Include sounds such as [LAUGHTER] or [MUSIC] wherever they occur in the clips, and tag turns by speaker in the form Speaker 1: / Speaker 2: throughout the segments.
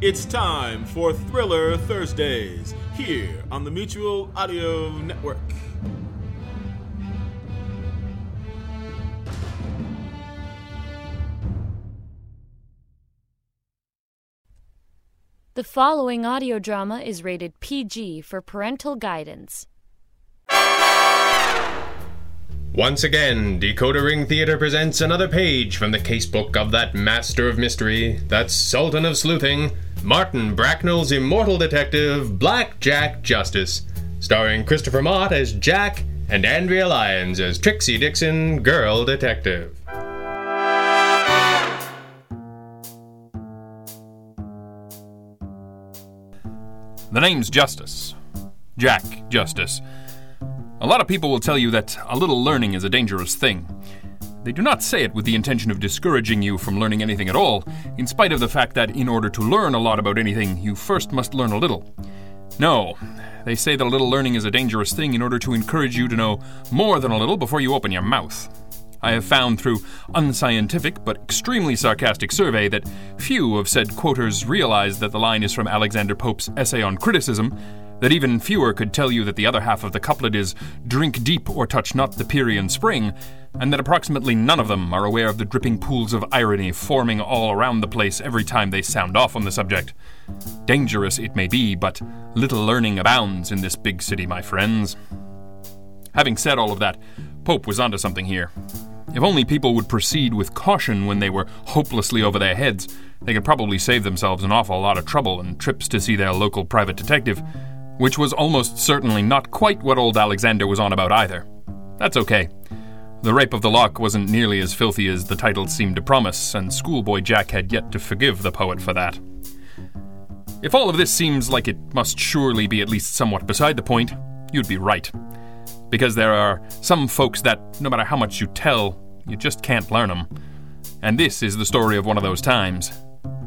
Speaker 1: It's time for Thriller Thursdays here on the Mutual Audio Network.
Speaker 2: The following audio drama is rated PG for parental guidance.
Speaker 3: Once again, Decoder Ring Theater presents another page from the casebook of that master of mystery, that sultan of sleuthing, Martin Bracknell's immortal detective, Black Jack Justice, starring Christopher Mott as Jack and Andrea Lyons as Trixie Dixon, girl detective.
Speaker 4: The name's Justice. Jack Justice. A lot of people will tell you that a little learning is a dangerous thing. They do not say it with the intention of discouraging you from learning anything at all, in spite of the fact that in order to learn a lot about anything, you first must learn a little. No, they say that a little learning is a dangerous thing in order to encourage you to know more than a little before you open your mouth. I have found through unscientific but extremely sarcastic survey that few of said quoters realize that the line is from Alexander Pope's essay on criticism, that even fewer could tell you that the other half of the couplet is drink deep or touch not the Pyrian spring, and that approximately none of them are aware of the dripping pools of irony forming all around the place every time they sound off on the subject. Dangerous it may be, but little learning abounds in this big city, my friends. Having said all of that, Pope was onto something here. If only people would proceed with caution when they were hopelessly over their heads, they could probably save themselves an awful lot of trouble and trips to see their local private detective, which was almost certainly not quite what old Alexander was on about either. That's okay. The rape of the lock wasn't nearly as filthy as the title seemed to promise, and schoolboy Jack had yet to forgive the poet for that. If all of this seems like it must surely be at least somewhat beside the point, you'd be right because there are some folks that, no matter how much you tell, you just can't learn them. And this is the story of one of those times.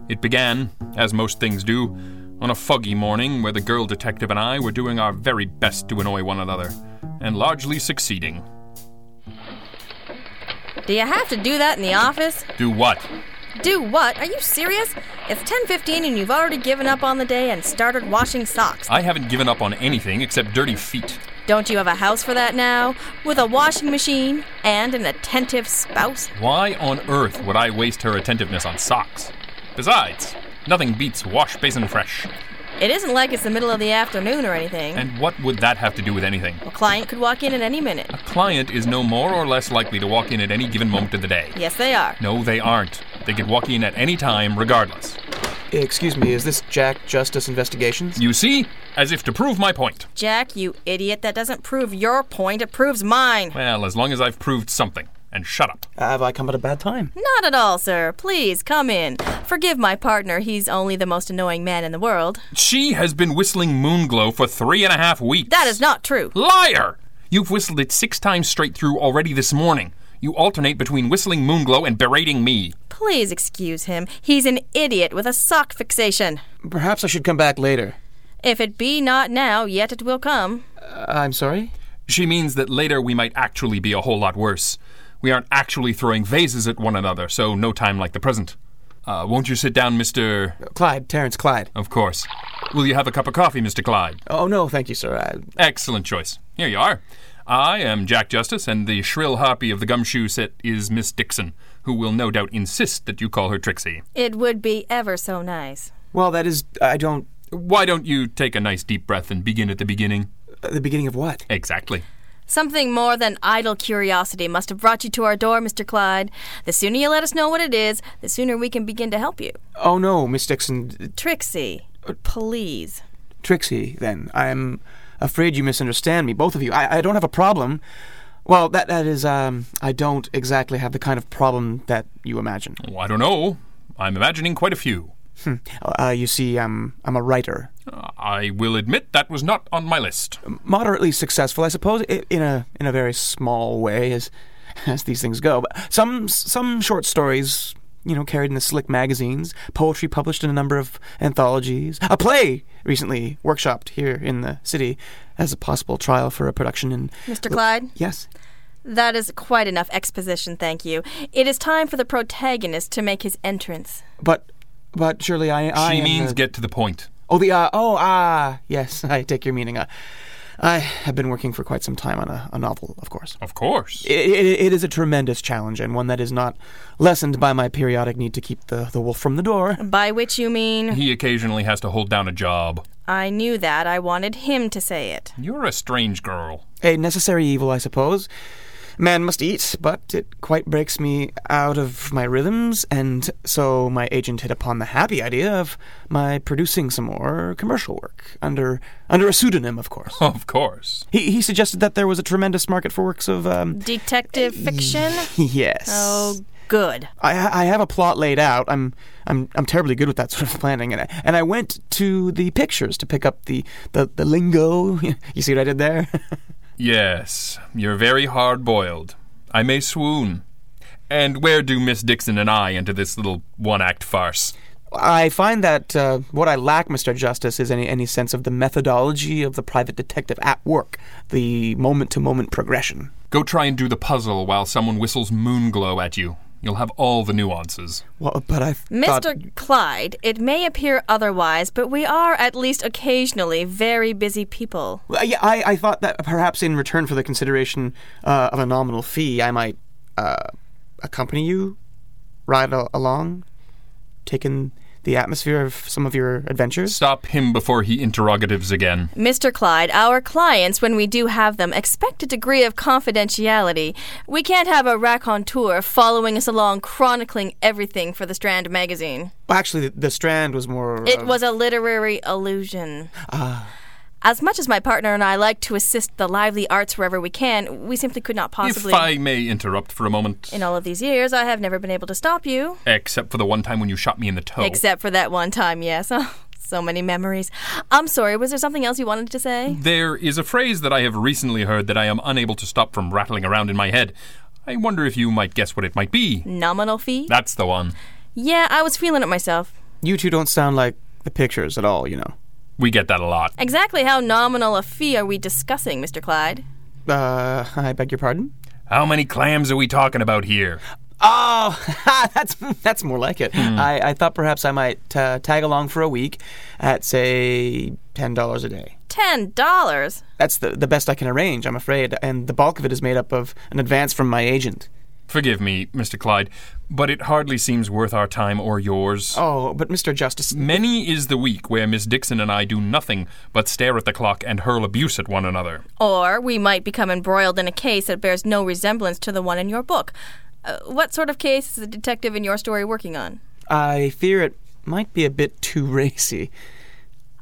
Speaker 4: It began, as most things do, on a foggy morning where the girl detective and I were doing our very best to annoy one another, and largely succeeding.
Speaker 5: Do you have to do that in the office?
Speaker 4: Do what?
Speaker 5: Do what? Are you serious? It's 10:15 and you've already given up on the day and started washing socks.
Speaker 4: I haven't given up on anything except dirty feet.
Speaker 5: Don't you have a house for that now? With a washing machine and an attentive spouse?
Speaker 4: Why on earth would I waste her attentiveness on socks? Besides, nothing beats wash basin fresh.
Speaker 5: It isn't like it's the middle of the afternoon or anything.
Speaker 4: And what would that have to do with anything?
Speaker 5: a client could walk in at any minute.
Speaker 4: A client is no more or less likely to walk in at any given moment of the day.
Speaker 5: Yes, they are.
Speaker 4: No, they aren't. They could walk in at any time, regardless.
Speaker 6: Excuse me, is this Jack Justice Investigations?
Speaker 4: You see? As if to prove my point.
Speaker 5: Jack, you idiot, that doesn't prove your point, it proves mine.
Speaker 4: Well, as long as I've proved something. And shut up.
Speaker 6: Have I come at a bad time?
Speaker 5: Not at all, sir. Please come in. Forgive my partner, he's only the most annoying man in the world.
Speaker 4: She has been whistling Moonglow for three and a half weeks.
Speaker 5: That is not true.
Speaker 4: Liar! You've whistled it six times straight through already this morning. You alternate between whistling Moonglow and berating me.
Speaker 5: Please excuse him. He's an idiot with a sock fixation.
Speaker 6: Perhaps I should come back later.
Speaker 5: If it be not now, yet it will come.
Speaker 6: Uh, I'm sorry?
Speaker 4: She means that later we might actually be a whole lot worse. We aren't actually throwing vases at one another, so no time like the present. Uh, won't you sit down, Mr.
Speaker 6: Clyde, Terrence Clyde.
Speaker 4: Of course. Will you have a cup of coffee, Mr. Clyde?
Speaker 6: Oh, no, thank you, sir. I,
Speaker 4: Excellent choice. Here you are. I am Jack Justice, and the shrill harpy of the gumshoe set is Miss Dixon, who will no doubt insist that you call her Trixie.
Speaker 5: It would be ever so nice.
Speaker 6: well, that is. I don't.
Speaker 4: Why don't you take a nice deep breath and begin at the beginning?
Speaker 6: uh, the beginning of what?
Speaker 4: Exactly.
Speaker 5: Something more than idle curiosity must have brought you to our door, Mr. Clyde. The sooner you let us know what it is, the sooner we can begin to help you.
Speaker 6: Oh, no, Miss Dixon.
Speaker 5: Trixie, please.
Speaker 6: Trixie, then. I'm afraid you misunderstand me, both of you. I, I don't have a problem. Well, that, that is, um, I don't exactly have the kind of problem that you imagine.
Speaker 4: Well, I don't know. I'm imagining quite a few.
Speaker 6: Uh, you see, um, I'm a writer.
Speaker 4: I will admit that was not on my list.
Speaker 6: moderately successful, I suppose, i- in a in a very small way, as [LAUGHS] as these things go. But some some short stories, you know, carried in the slick magazines, poetry published in a number of anthologies, a play recently workshopped here in the city as a possible trial for a production in.
Speaker 5: Mr. Clyde,
Speaker 6: Yes.
Speaker 5: that is quite enough exposition, thank you. It is time for the protagonist to make his entrance.
Speaker 6: But But surely I, I
Speaker 4: she
Speaker 6: am
Speaker 4: means
Speaker 6: the-
Speaker 4: get to the point.
Speaker 6: Oh, the uh, oh ah yes, [LAUGHS] I take your meaning. Uh, I have been working for quite some time on a, a novel, of course.
Speaker 4: Of course.
Speaker 6: It, it, it is a tremendous challenge and one that is not lessened by my periodic need to keep the, the wolf from the door.
Speaker 5: By which you mean,
Speaker 4: he occasionally has to hold down a job.
Speaker 5: I knew that. I wanted him to say it.
Speaker 4: You're a strange girl. [LAUGHS]
Speaker 6: A necessary evil, I suppose. Man must eat, but it quite breaks me out of my rhythms, and so my agent hit upon the happy idea of my producing some more commercial work under under a pseudonym, of course.
Speaker 4: Of course.
Speaker 6: He, he suggested that there was a tremendous market for works of um,
Speaker 5: Detective fiction?
Speaker 6: [LAUGHS] yes.
Speaker 5: Oh, good.
Speaker 6: I, I have a plot laid out. I'm I'm I'm terribly good with that [LAUGHS] sort of planning, and I, and I went to the pictures to pick up the the, the lingo. [LAUGHS] You see what I did there? [LAUGHS]
Speaker 4: Yes, you're very hard boiled. I may swoon. And where do Miss Dixon and I enter this little one act farce?
Speaker 6: I find that uh, what I lack, Mr. Justice, is any any sense of the methodology of the private detective at work, the moment to moment progression.
Speaker 4: Go try and do the puzzle while someone whistles moonglow at you. You'll have all the nuances.
Speaker 6: Well, but I thought-
Speaker 5: Mr. Clyde, it may appear otherwise, but we are at least occasionally very busy people.
Speaker 6: Well, yeah, I, I thought that perhaps in return for the consideration uh, of a nominal fee, I might uh, accompany you, ride a- along, take in the atmosphere of some of your adventures.
Speaker 4: Stop him before he interrogatives again.
Speaker 5: Mr. Clyde, our clients, when we do have them, expect a degree of confidentiality. We can't have a raconteur following us along chronicling everything for the Strand magazine.
Speaker 6: Well, actually, the, the Strand was more.
Speaker 5: It
Speaker 6: uh,
Speaker 5: was a literary illusion.
Speaker 4: Ah.
Speaker 5: As much as my partner and I like to assist the lively arts wherever we can, we simply could not possibly.
Speaker 4: If I may interrupt for a moment,
Speaker 5: In all of these years, I have never been able to stop you.
Speaker 4: except for the one time when you shot me in the toe.
Speaker 5: Except for that one time, yes. [LAUGHS] so many memories. I'm sorry, was there something else you wanted to say?
Speaker 4: There is a phrase that I have recently heard that I am unable to stop from rattling around in my head. I wonder if you might guess what it might be.
Speaker 5: Nominal fee?
Speaker 4: That's the one.
Speaker 5: Yeah, I was feeling it myself.
Speaker 6: You two don't sound like the pictures at all, you know.
Speaker 4: We get that a lot.
Speaker 5: Exactly how nominal a fee are we discussing, Mr. Clyde?
Speaker 6: Uh, I beg your pardon?
Speaker 4: How many clams are we talking about here?
Speaker 6: Oh, [LAUGHS] ha, that's that's more like it. I, I thought perhaps I might uh, tag along for a week at, say, $10 a day.
Speaker 5: Ten dollars?
Speaker 6: That's the, the best I can arrange, I'm afraid, and the bulk of it is made up of an advance from my agent.
Speaker 4: Forgive me, Mr. Clyde, but it hardly seems worth our time or yours.
Speaker 6: Oh, but Mr. Justice,
Speaker 4: Many is the week where Miss Dixon and I do nothing but stare at the clock and hurl abuse at one another.
Speaker 5: Or we might become embroiled in a case that bears no resemblance to the one in your book. Uh, what sort of case is the detective in your story working on?
Speaker 6: I fear it might be a bit too [LAUGHS] racy.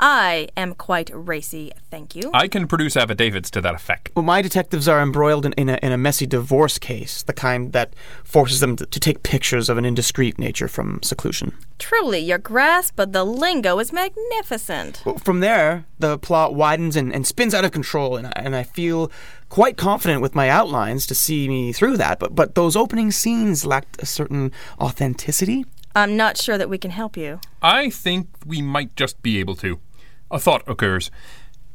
Speaker 5: I am quite racy, thank you.
Speaker 4: I can produce affidavits to that effect.
Speaker 6: Well, my detectives are embroiled in, in, a, in a messy divorce case, the kind that forces them to, to take pictures of an indiscreet nature from seclusion.
Speaker 5: Truly, your grasp of the lingo is magnificent.
Speaker 6: Well, From there, the plot widens and, and spins out of control, and I, and I feel quite confident with my outlines to see me through that, but, but those opening scenes lacked a certain authenticity.
Speaker 5: I'm not sure that we can help you.
Speaker 4: I think we might just be able to. A thought occurs.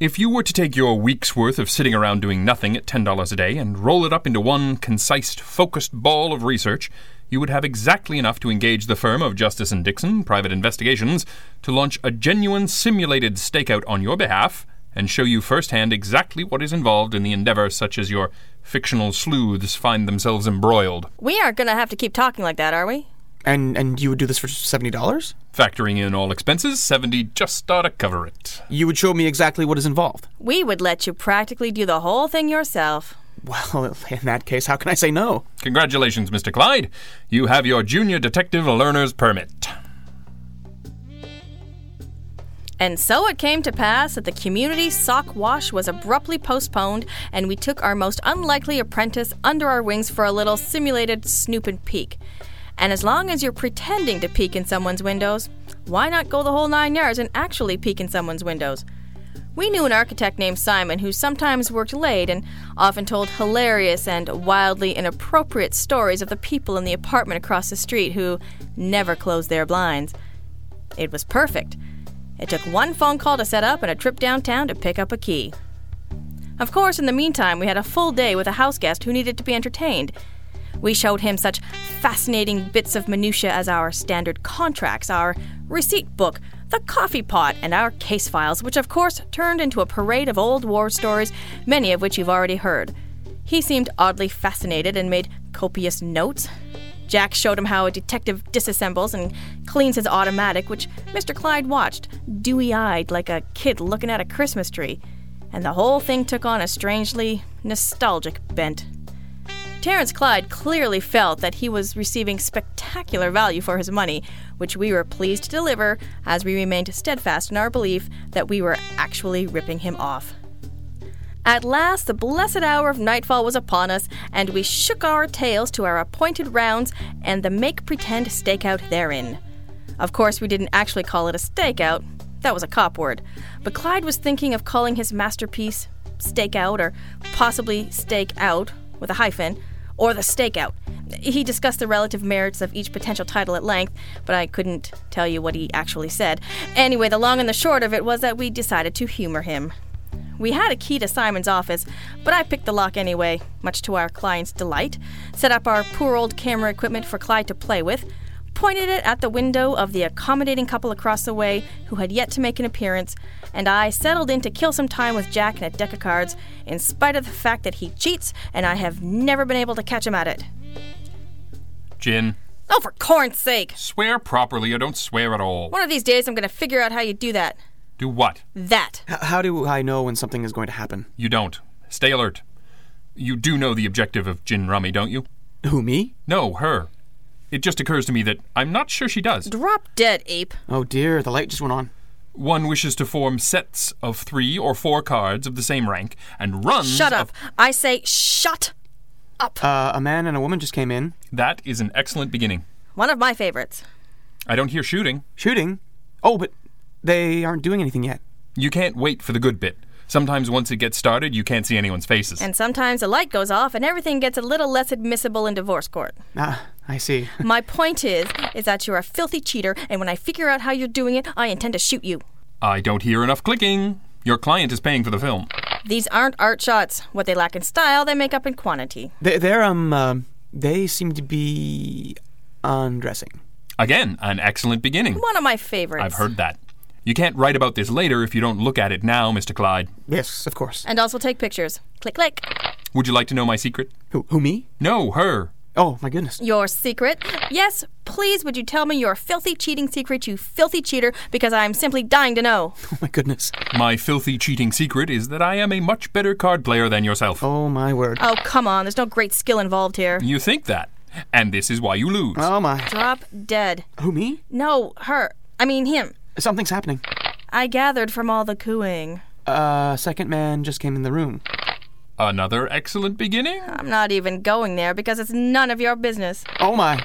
Speaker 4: If you were to take your week's worth of sitting around doing nothing at $10 a day and roll it up into one concise, focused ball of research, you would have exactly enough to engage the firm of Justice and Dixon Private Investigations to launch a genuine simulated stakeout on your behalf and show you firsthand exactly what is involved in the endeavor such as your fictional sleuths find themselves embroiled,
Speaker 5: We aren't going to have to keep talking like that, are we?
Speaker 6: And, and you would do this for $70?
Speaker 4: factoring in all expenses, 70 just ought to cover it.
Speaker 6: You would show me exactly what is involved.
Speaker 5: We would let you practically do the whole thing yourself.
Speaker 6: [LAUGHS] Well, in that case, how can I say no?
Speaker 4: Congratulations, Mr. Clyde. You have your junior detective learner's permit.
Speaker 5: And so it came to pass that the community sock wash was abruptly postponed, and we took our most unlikely apprentice under our wings for a little simulated snoop and peek. And as long as you're pretending to peek in someone's windows, why not go the whole nine yards and actually peek in someone's windows? We knew an architect named Simon who sometimes worked late and often told hilarious and wildly inappropriate stories of the people in the apartment across the street who never closed their blinds. It was perfect. It took one phone call to set up and a trip downtown to pick up a key. Of course, in the meantime, we had a full day with a house guest who needed to be entertained. We showed him such fascinating bits of minutia as our standard contracts, our receipt book, the coffee pot, and our case files, which of course turned into a parade of old war stories, many of which you've already heard. He seemed oddly fascinated and made copious notes. Jack showed him how a detective disassembles and cleans his automatic, which Mr. Clyde watched, dewy eyed like a kid looking at a Christmas tree. And the whole thing took on a strangely nostalgic bent. Terence Clyde clearly felt that he was receiving spectacular value for his money, which we were pleased to deliver as we remained steadfast in our belief that we were actually ripping him off. At last, the blessed hour of nightfall was upon us, and we shook our tails to our appointed rounds and the make pretend stakeout therein. Of course, we didn't actually call it a stakeout, that was a cop word, but Clyde was thinking of calling his masterpiece stakeout or possibly stake out with a hyphen or the stakeout. He discussed the relative merits of each potential title at length, but I couldn't tell you what he actually said. Anyway, the long and the short of it was that we decided to humor him. We had a key to Simon's office, but I picked the lock anyway, much to our client's delight, set up our poor old camera equipment for Clyde to play with, pointed it at the window of the accommodating couple across the way who had yet to make an appearance, and I settled in to kill some time with Jack and a deck of cards, in spite of the fact that he cheats and I have never been able to catch him at it.
Speaker 4: Jin,
Speaker 5: Oh, for corn's sake!
Speaker 4: swear properly or don't swear at all.
Speaker 5: One of these days I'm gonna figure out how you do that.
Speaker 4: Do what?
Speaker 5: That.
Speaker 6: H- how do I know when something is going to happen?
Speaker 4: You don't. Stay alert. You do know the objective of Jin Rummy, don't you?
Speaker 6: Who, me?
Speaker 4: No, her. It just occurs to me that I'm not sure she does.
Speaker 5: Drop dead, ape.
Speaker 6: Oh dear, the light just went on.
Speaker 4: One wishes to form sets of three or four cards of the same rank and runs.
Speaker 5: Shut
Speaker 4: of-
Speaker 5: up. I say shut up.
Speaker 6: Uh, a man and a woman just came in.
Speaker 4: That is an excellent beginning.
Speaker 5: One of my favorites.
Speaker 4: I don't hear shooting.
Speaker 6: Shooting? Oh, but they aren't doing anything yet.
Speaker 4: You can't wait for the good bit. Sometimes once it gets started, you can't see anyone's faces.
Speaker 5: And sometimes the light goes off and everything gets a little less admissible in divorce court.
Speaker 6: Ah, I see.
Speaker 5: My point is, is that you're a filthy cheater, and when I figure out how you're doing it, I intend to shoot you.
Speaker 4: I don't hear enough clicking. Your client is paying for the film.
Speaker 5: These aren't art shots. What they lack in style, they make up in quantity.
Speaker 6: [LAUGHS] They, they're, um, um, they seem to be undressing.
Speaker 4: Again, an excellent beginning.
Speaker 5: One of my favorites.
Speaker 4: I've heard that. You can't write about this later if you don't look at it now, Mr. Clyde.
Speaker 6: Yes, of course.
Speaker 5: And also take pictures. Click, click.
Speaker 4: Would you like to know my secret?
Speaker 6: Who, who me?
Speaker 4: No, her.
Speaker 6: Oh, my goodness.
Speaker 5: Your secret? Yes, please would you tell me your filthy cheating secret, you filthy cheater, because I'm simply dying to know.
Speaker 6: [LAUGHS] Oh, my goodness.
Speaker 4: My filthy cheating secret is that I am a much better card player than yourself.
Speaker 6: Oh, my word.
Speaker 5: Oh, come on. There's no great skill involved here.
Speaker 4: You think that, and this is why you lose.
Speaker 6: Oh, my.
Speaker 5: Drop dead.
Speaker 6: Who, me?
Speaker 5: No, her. I mean, him.
Speaker 6: Something's happening.
Speaker 5: I gathered from all the cooing.
Speaker 6: Uh, second man just came in the room.
Speaker 4: Another excellent beginning?
Speaker 5: I'm not even going there because it's none of your business.
Speaker 6: Oh, my.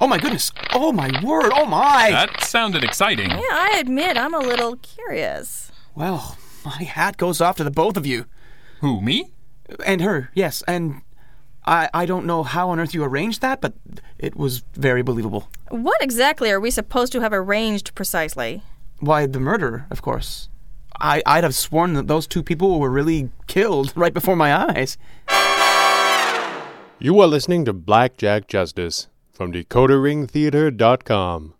Speaker 6: Oh, my goodness. Oh, my word. Oh, my.
Speaker 4: That sounded exciting.
Speaker 5: Yeah, I admit I'm a little curious.
Speaker 6: Well, my hat goes off to the both of you.
Speaker 4: Who, me?
Speaker 6: And her, yes. And I, I don't know how on earth you arranged that, but it was very believable.
Speaker 5: What exactly are we supposed to have arranged precisely?
Speaker 6: Why, the murder, of course. I, I'd have sworn that those two people were really killed [LAUGHS] right before my eyes.
Speaker 7: You are listening to Blackjack Justice from DecoderRingTheater.com.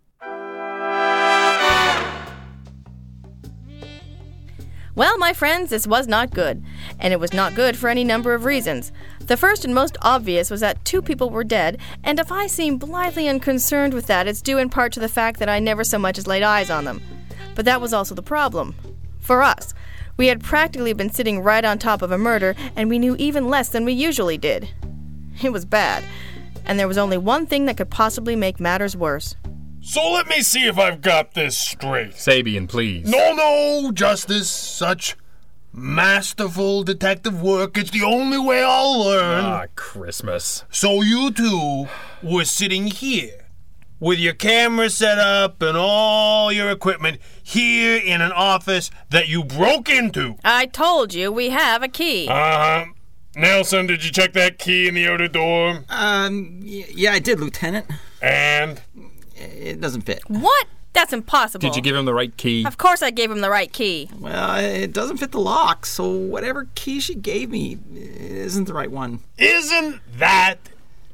Speaker 5: Well, my friends, this was not good, and it was not good for any number of reasons. The first and most obvious was that two people were dead, and if I seem blithely unconcerned with that, it's due in part to the fact that I never so much as laid eyes on them. But that was also the problem. For us, we had practically been sitting right on top of a murder, and we knew even less than we usually did. It was bad, and there was only one thing that could possibly make matters worse.
Speaker 8: So let me see if I've got this straight.
Speaker 4: Sabian, please.
Speaker 8: No, no, justice, such masterful detective work. It's the only way I'll learn.
Speaker 4: Ah, Christmas.
Speaker 8: So you two were sitting here with your camera set up and all your equipment here in an office that you broke into.
Speaker 5: I told you we have a key.
Speaker 8: Uh huh. Nelson, did you check that key in the outer door?
Speaker 9: Um, y- yeah, I did, Lieutenant.
Speaker 8: And
Speaker 9: It doesn't fit.
Speaker 5: What? That's impossible.
Speaker 4: Did you give him the right key?
Speaker 5: Oh. Of course I gave him the right key.
Speaker 9: Well, it doesn't fit the lock, so whatever key she gave me isn't the right one.
Speaker 8: isn't that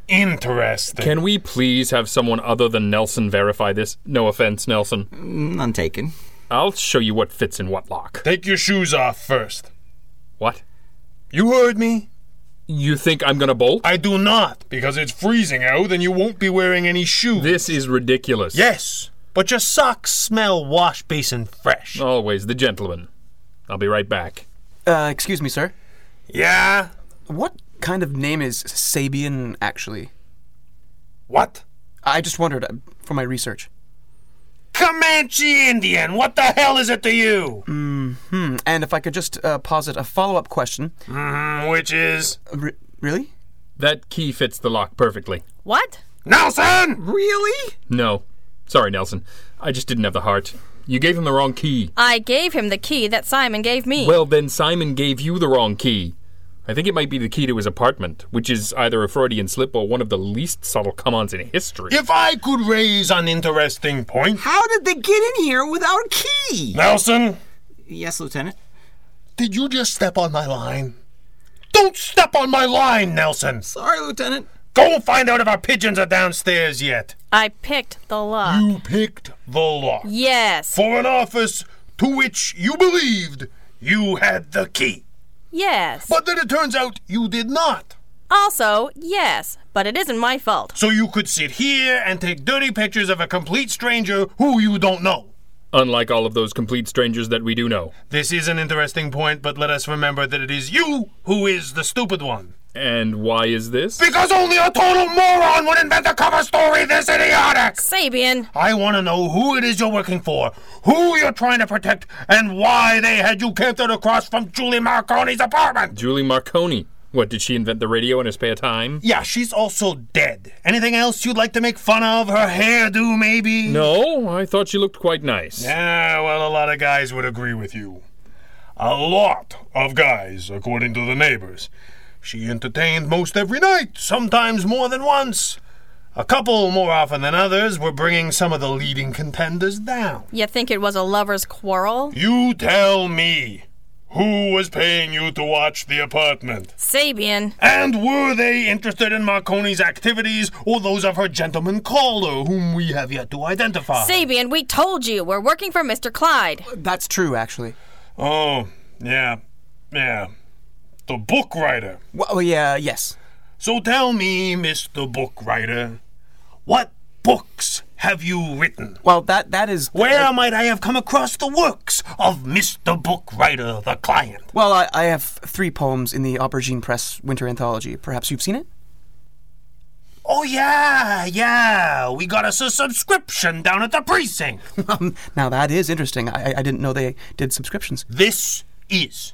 Speaker 8: interesting.
Speaker 4: Can we please have someone other than Nelson verify this? No offense, Nelson.
Speaker 9: None taken.
Speaker 4: I'll show you what fits in what lock.
Speaker 8: Take your shoes off first.
Speaker 4: What?
Speaker 8: You heard me.
Speaker 4: You think I'm gonna bolt?
Speaker 8: I do not, because it's freezing out and you won't be wearing any shoes.
Speaker 4: This is ridiculous.
Speaker 8: Yes, but your socks smell wash basin fresh.
Speaker 4: Always the gentleman. I'll be right back.
Speaker 6: Uh, excuse me, sir.
Speaker 8: Yeah?
Speaker 6: What kind of name is Sabian actually?
Speaker 8: What?
Speaker 6: I just wondered uh, for my research.
Speaker 8: Comanche Indian, what the hell is it to you?
Speaker 6: Mm, And if I could just uh, posit a follow-up question.
Speaker 8: Which is.
Speaker 6: Uh, re- really?
Speaker 4: That key fits the lock perfectly.
Speaker 5: What?
Speaker 8: Nelson!
Speaker 9: Really?
Speaker 4: No. Sorry, Nelson. I just didn't have the heart. You gave him the wrong key.
Speaker 5: I gave him the key that Simon gave me.
Speaker 4: Well, then Simon gave you the wrong key. I think it might be the key to his apartment, which is either a Freudian slip or one of the least subtle come ons in history.
Speaker 8: If I could raise an interesting point.
Speaker 9: How did they get in here without a key?
Speaker 8: Nelson,
Speaker 9: Yes, Lieutenant.
Speaker 8: did you just step on my line? Don't step on my line, Nelson!
Speaker 9: Sorry, Lieutenant.
Speaker 8: Go find out if our pigeons are downstairs yet.
Speaker 5: I picked the lock.
Speaker 8: You picked the lock.
Speaker 5: Yes.
Speaker 8: For an office to which you believed you had the key.
Speaker 5: Yes.
Speaker 8: But then it turns out you did not.
Speaker 5: Also, yes. But it isn't my fault.
Speaker 8: So you could sit here and take dirty pictures of a complete stranger who you don't know.
Speaker 4: Unlike all of those complete strangers that we do know.
Speaker 8: This is an interesting point, but let us remember that it is you who is the stupid one.
Speaker 4: And why is this?
Speaker 8: Because only a total moron would invent a cover story this idiotic!
Speaker 5: Sabian.
Speaker 8: I want to know who it is you're working for, who you're trying to protect, and why they had you cantered across from Julie Marconi's apartment!
Speaker 4: Julie Marconi. What, did she invent the radio in her spare time?
Speaker 8: Yeah, she's also dead. Anything else you'd like to make fun of? Her hairdo, maybe?
Speaker 4: No, I thought she looked quite nice.
Speaker 8: Yeah, well, a lot of guys would agree with you. A lot of guys, according to the neighbors. She entertained most every night, sometimes more than once. A couple more often than others were bringing some of the leading contenders down.
Speaker 5: You think it was a lover's quarrel?
Speaker 8: You tell me, who was paying you to watch the apartment?
Speaker 5: Sabian.
Speaker 8: And were they interested in Marconi's activities or those of her gentleman caller, whom we have yet to identify?
Speaker 5: Sabian, we told you we're working for Mr. Clyde.
Speaker 6: That's true, actually.
Speaker 8: Oh, yeah, yeah. The book writer.
Speaker 6: Well, oh, yeah, yes.
Speaker 8: So tell me, Mr. Book Writer, what books have you written?
Speaker 6: Well, that that is.
Speaker 8: Where might I have come across the works of Mr. Book Writer, the client?
Speaker 6: Well, I, I have three poems in the Aubergine Press Winter Anthology. Perhaps you've seen it?
Speaker 8: Oh, yeah, yeah. We got us a subscription down at the precinct.
Speaker 6: Um, now that is interesting. I, I- I didn't know they did subscriptions.
Speaker 8: This is,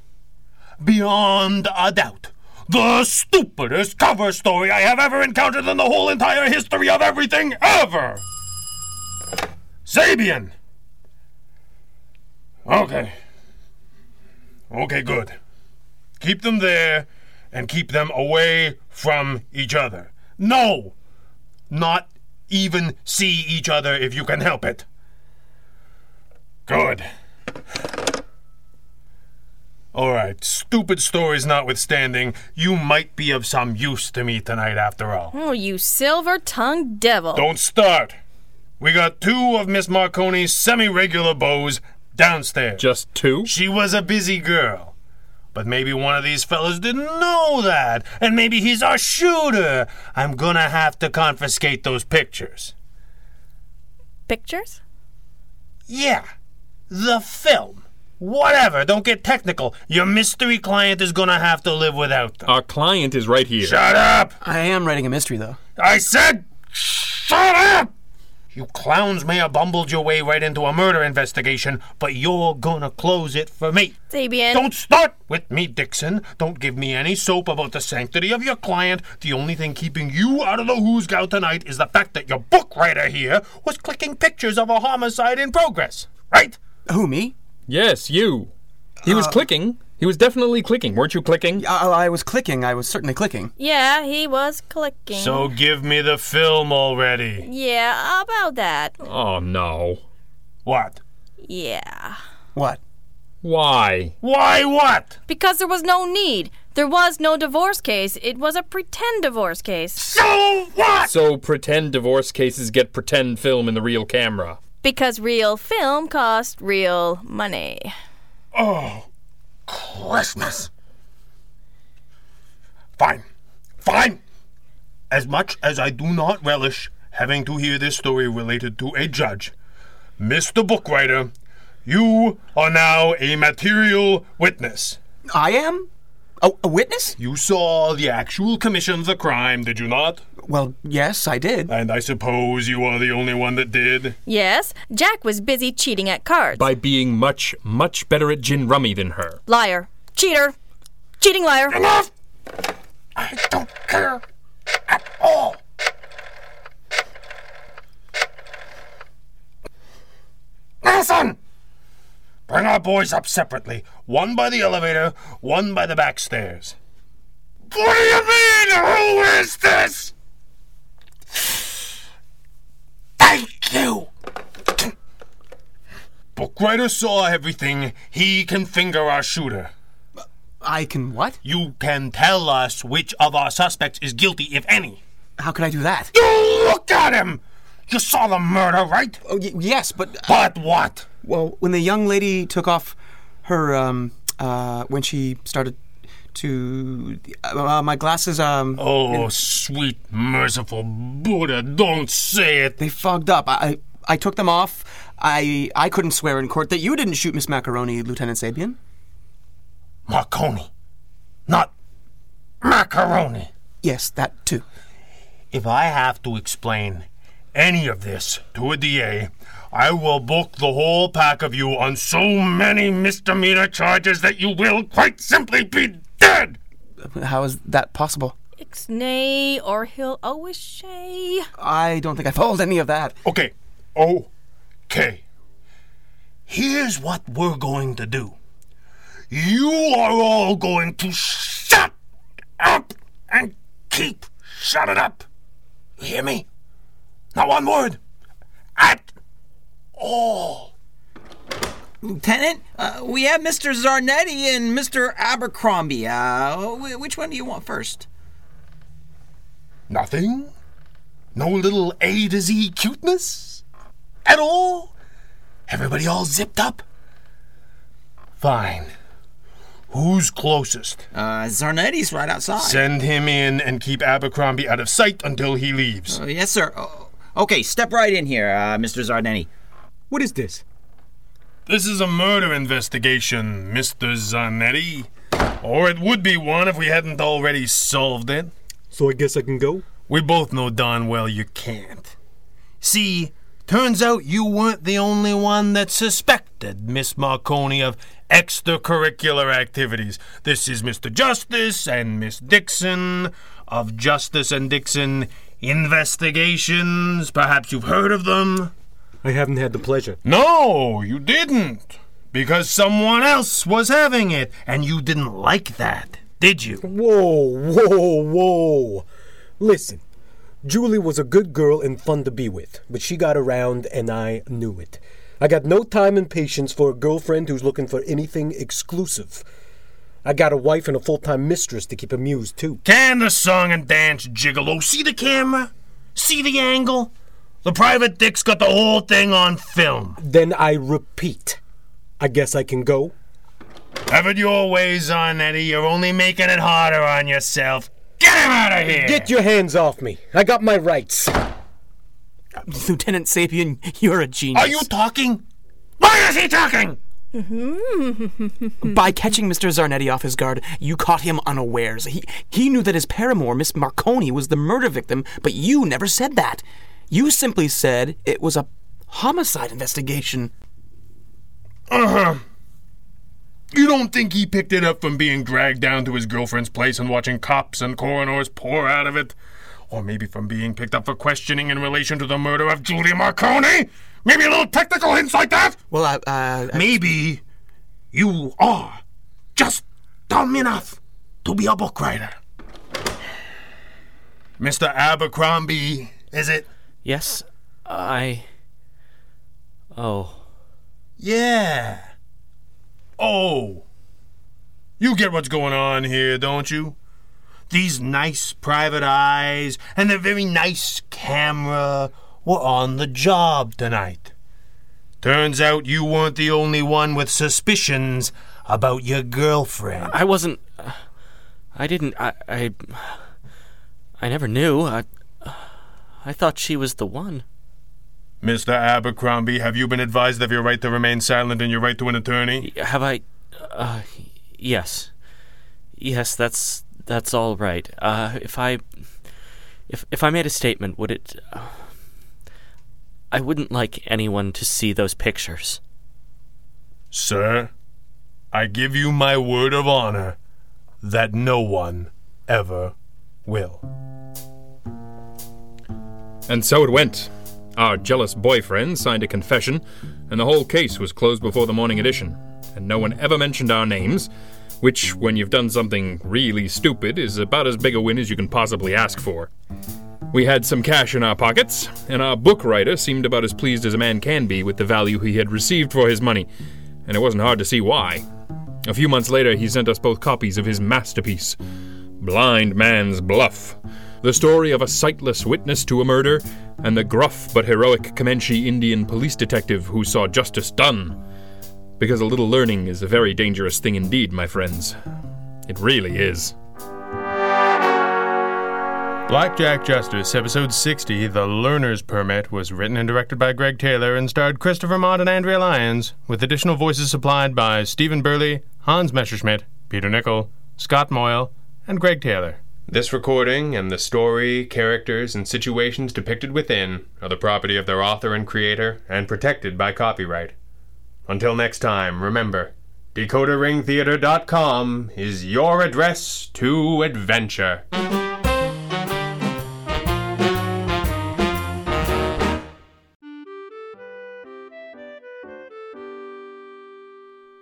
Speaker 8: beyond a doubt, the stupidest cover story I have ever encountered in the whole entire history of everything ever! Sabian! Okay. Okay, good. Keep them there and keep them away from each other. No! Not even see each other if you can help it. Good. All right, stupid stories notwithstanding, you might be of some use to me tonight after all.
Speaker 5: Oh, you silver tongued devil.
Speaker 8: Don't start. We got two of Miss Marconi's semi regular bows downstairs.
Speaker 4: Just two?
Speaker 8: she was a busy girl. But maybe one of these fellas didn't know that, and maybe he's our shooter. I'm gonna have to confiscate those pictures.
Speaker 5: Pictures?
Speaker 8: Yeah, the film. Whatever, don't get technical. Your mystery client is gonna have to live without them.
Speaker 4: Our client is right here.
Speaker 8: Shut up!
Speaker 6: I am writing a mystery, though.
Speaker 8: I said, shut up! You clowns may have bumbled your way right into a murder investigation, but you're gonna close it for me.
Speaker 5: Sabian.
Speaker 8: Don't start with me, Dixon. Don't give me any soap about the sanctity of your client. The only thing keeping you out of the Who's Gow tonight is the fact that your book writer here was clicking pictures of a homicide in progress, right?
Speaker 6: Who me?
Speaker 4: Yes, you. He was clicking. He was definitely clicking. Weren't you clicking?
Speaker 6: I, I was clicking. I was certainly clicking.
Speaker 5: Yeah, he was clicking.
Speaker 8: So give me the film already.
Speaker 5: yeah, about that.
Speaker 4: Oh, no.
Speaker 8: What?
Speaker 5: Yeah.
Speaker 6: What?
Speaker 4: Why?
Speaker 8: Why what?
Speaker 5: Because there was no need. There was no divorce case. It was a pretend divorce case.
Speaker 8: So what?
Speaker 4: So pretend divorce cases get pretend film in the real camera.
Speaker 5: Because real film cost real money.
Speaker 8: Oh, Christmas. Fine. Fine. As much as I do not relish having to hear this story related to a judge, Mr. Bookwriter, you are now a material witness.
Speaker 10: I am? A, a witness?
Speaker 8: You saw the actual commission of the crime, did you not?
Speaker 10: Well, yes, I did.
Speaker 8: And I suppose you are the only one that did.
Speaker 5: Yes, Jack was busy cheating at cards.
Speaker 4: By being much, much better at gin rummy than her.
Speaker 5: Liar. Cheater. Cheating liar.
Speaker 8: Enough! I don't care at all. Listen! Bring our boys up separately. One by the elevator, one by the back stairs. What do you mean? Who is this? Thank you! Bookwriter saw everything. He can finger our shooter.
Speaker 10: I can what?
Speaker 8: You can tell us which of our suspects is guilty, if any.
Speaker 10: How could I do that?
Speaker 8: You look at him! You saw the murder, right?
Speaker 10: Oh, y- yes, but
Speaker 8: But what?
Speaker 10: well, when the young lady took off her um uh when she started to uh, my glasses um
Speaker 8: Oh, sweet, merciful Buddha, don't say it.
Speaker 10: they fogged up. I I, I took them off. I I couldn't swear in court that you didn't shoot Miss Macaroni, Lieutenant Sabian.
Speaker 8: Marconi, not macaroni.
Speaker 10: Yes, that too.
Speaker 8: If I have to explain any of this to a DA, I will book the whole pack of you on so many misdemeanor charges that you will quite simply be dead!
Speaker 10: How is that possible?
Speaker 5: Nay, or he'll always say.
Speaker 10: I don't think I followed any of that.
Speaker 8: Okay. Okay. Here's what we're going to do. You are all going to shut up and keep shutting up. You hear me? Not one word. At all.
Speaker 6: Lieutenant, uh, we have Mr. Zarnetti and Mr. Abercrombie. Uh, wh- which one do you want first?
Speaker 8: Nothing? No little A to Z cuteness? At all? Everybody all zipped up? Fine. Who's closest?
Speaker 6: Uh, Zarnetti's right outside.
Speaker 8: Send him in and keep Abercrombie out of sight until he leaves.
Speaker 6: Uh, yes, sir. Oh, okay, step right in here, uh, Mr. Zarnetti.
Speaker 10: What is this?
Speaker 8: This is a murder investigation, Mr. Zanetti. Or it would be one if we hadn't already solved it.
Speaker 11: So I guess I can go?
Speaker 8: We both know darn well you can't. See, turns out you weren't the only one that suspected Miss Marconi of extracurricular activities. This is Mr. Justice and Miss Dixon of Justice and Dixon Investigations. Perhaps you've heard of them.
Speaker 11: I haven't had the pleasure.
Speaker 8: No, you didn't. Because someone else was having it, and you didn't like that, did you?
Speaker 11: Whoa, whoa, whoa. Listen, Julie was a good girl and fun to be with, but she got around and I knew it. I got no time and patience for a girlfriend who's looking for anything exclusive. I got a wife and a full time mistress to keep amused, too.
Speaker 8: Can the song and dance gigolo see the camera? See the angle? The private dick's got the whole thing on film.
Speaker 11: Then I repeat. I guess I can go.
Speaker 8: Have it your ways on, Eddie. You're only making it harder on yourself. Get him out of here!
Speaker 11: Get your hands off me. I got my rights.
Speaker 10: Lieutenant Sabian, you're a genius.
Speaker 8: Are you talking? Why is he talking?
Speaker 10: By catching Mr. Zarnetti off his guard, you caught him unawares. He, he knew that his paramour, Miss Marconi, was the murder victim, but you never said that. You simply said it was a homicide investigation.
Speaker 8: You don't think he picked it up from being dragged down to his girlfriend's place and watching cops and coroners pour out of it? Or maybe from being picked up for questioning in relation to the murder of Julia Marconi? Maybe a little technical hints like that?
Speaker 10: Well, I, uh, I-
Speaker 8: Maybe you are just dumb enough to be a book writer. Mr. Abercrombie, is it?
Speaker 12: Yes, I. Oh,
Speaker 8: Yeah. Oh. You get what's going on here, don't you? These nice private eyes and the very nice camera were on the job tonight. Turns out you weren't the only one with suspicions about your girlfriend.
Speaker 13: I wasn't. uh, I didn't. I. I, I never knew. I, I thought she was the one.
Speaker 8: Mr. Abercrombie, have you been advised of your right to remain silent and your right to an attorney?
Speaker 13: Have I. Uh, yes. Yes, that's that's all right. Uh, if I. If if I made a statement, would it? Uh, I wouldn't like anyone to see those pictures.
Speaker 8: Sir, I give you my word of honor that no one ever will.
Speaker 4: And so it went. Our jealous boyfriend signed a confession, and the whole case was closed before the morning edition. And no one ever mentioned our names, which, when you've done something really stupid, is about as big a win as you can possibly ask for. We had some cash in our pockets, and our book writer seemed about as pleased as a man can be with the value he had received for his money, and it wasn't hard to see why. A few months later, he sent us both copies of his masterpiece, Blind Man's Bluff, the story of a sightless witness to a murder and the gruff but heroic Comanche Indian police detective who saw justice done. Because a little learning is a very dangerous thing indeed, my friends. It really is.
Speaker 7: Blackjack Justice, Episode 60, The Learner's Permit, was written and directed by Greg Taylor and starred Christopher Mott and Andrea Lyons, with additional voices supplied by Stephen Burley, Hans Messerschmidt, Peter Nichol, Scott Moyle, and Greg Taylor.
Speaker 3: This recording and the story, characters, and situations depicted within are the property of their author and creator and protected by copyright. Until next time, remember decoderringtheater.com is your address to adventure.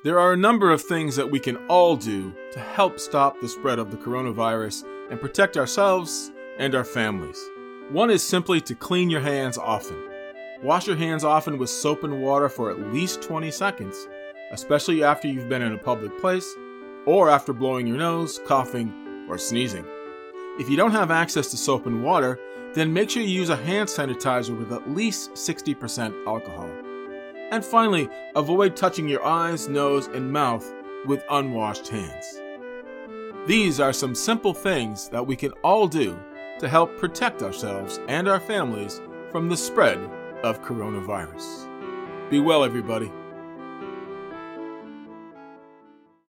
Speaker 1: There are a number of things that we can all do to help stop the spread of the coronavirus and protect ourselves and our families. One is simply to clean your hands often. Wash your hands often with soap and water for at least 20 seconds, especially after you've been in a public place or after blowing your nose, coughing, or sneezing. If you don't have access to soap and water, then make sure you use a hand sanitizer with at least 60% alcohol. And finally, avoid touching your eyes, nose, and mouth with unwashed hands. These are some simple things that we can all do to help protect ourselves and our families from the spread of coronavirus. Be well, everybody.